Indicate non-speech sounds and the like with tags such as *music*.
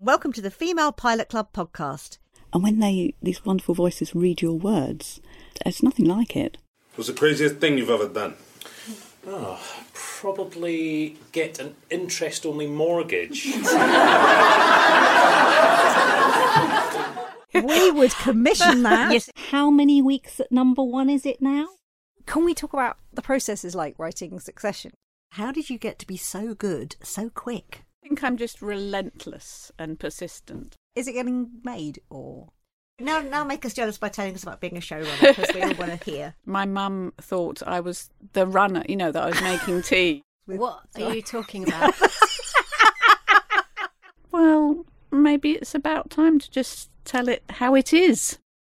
Welcome to the Female Pilot Club podcast. And when they these wonderful voices read your words, it's nothing like it. What's the craziest thing you've ever done? Oh, probably get an interest only mortgage. We would commission that. Yes. How many weeks at number one is it now? Can we talk about the processes like writing Succession? How did you get to be so good so quick? I think I'm just relentless and persistent. Is it getting made or? Now, now make us jealous by telling us about being a showrunner because we all *laughs* want to hear. My mum thought I was the runner, you know, that I was *laughs* making tea. What are you talking *laughs* about? Well, maybe it's about time to just tell it how it is.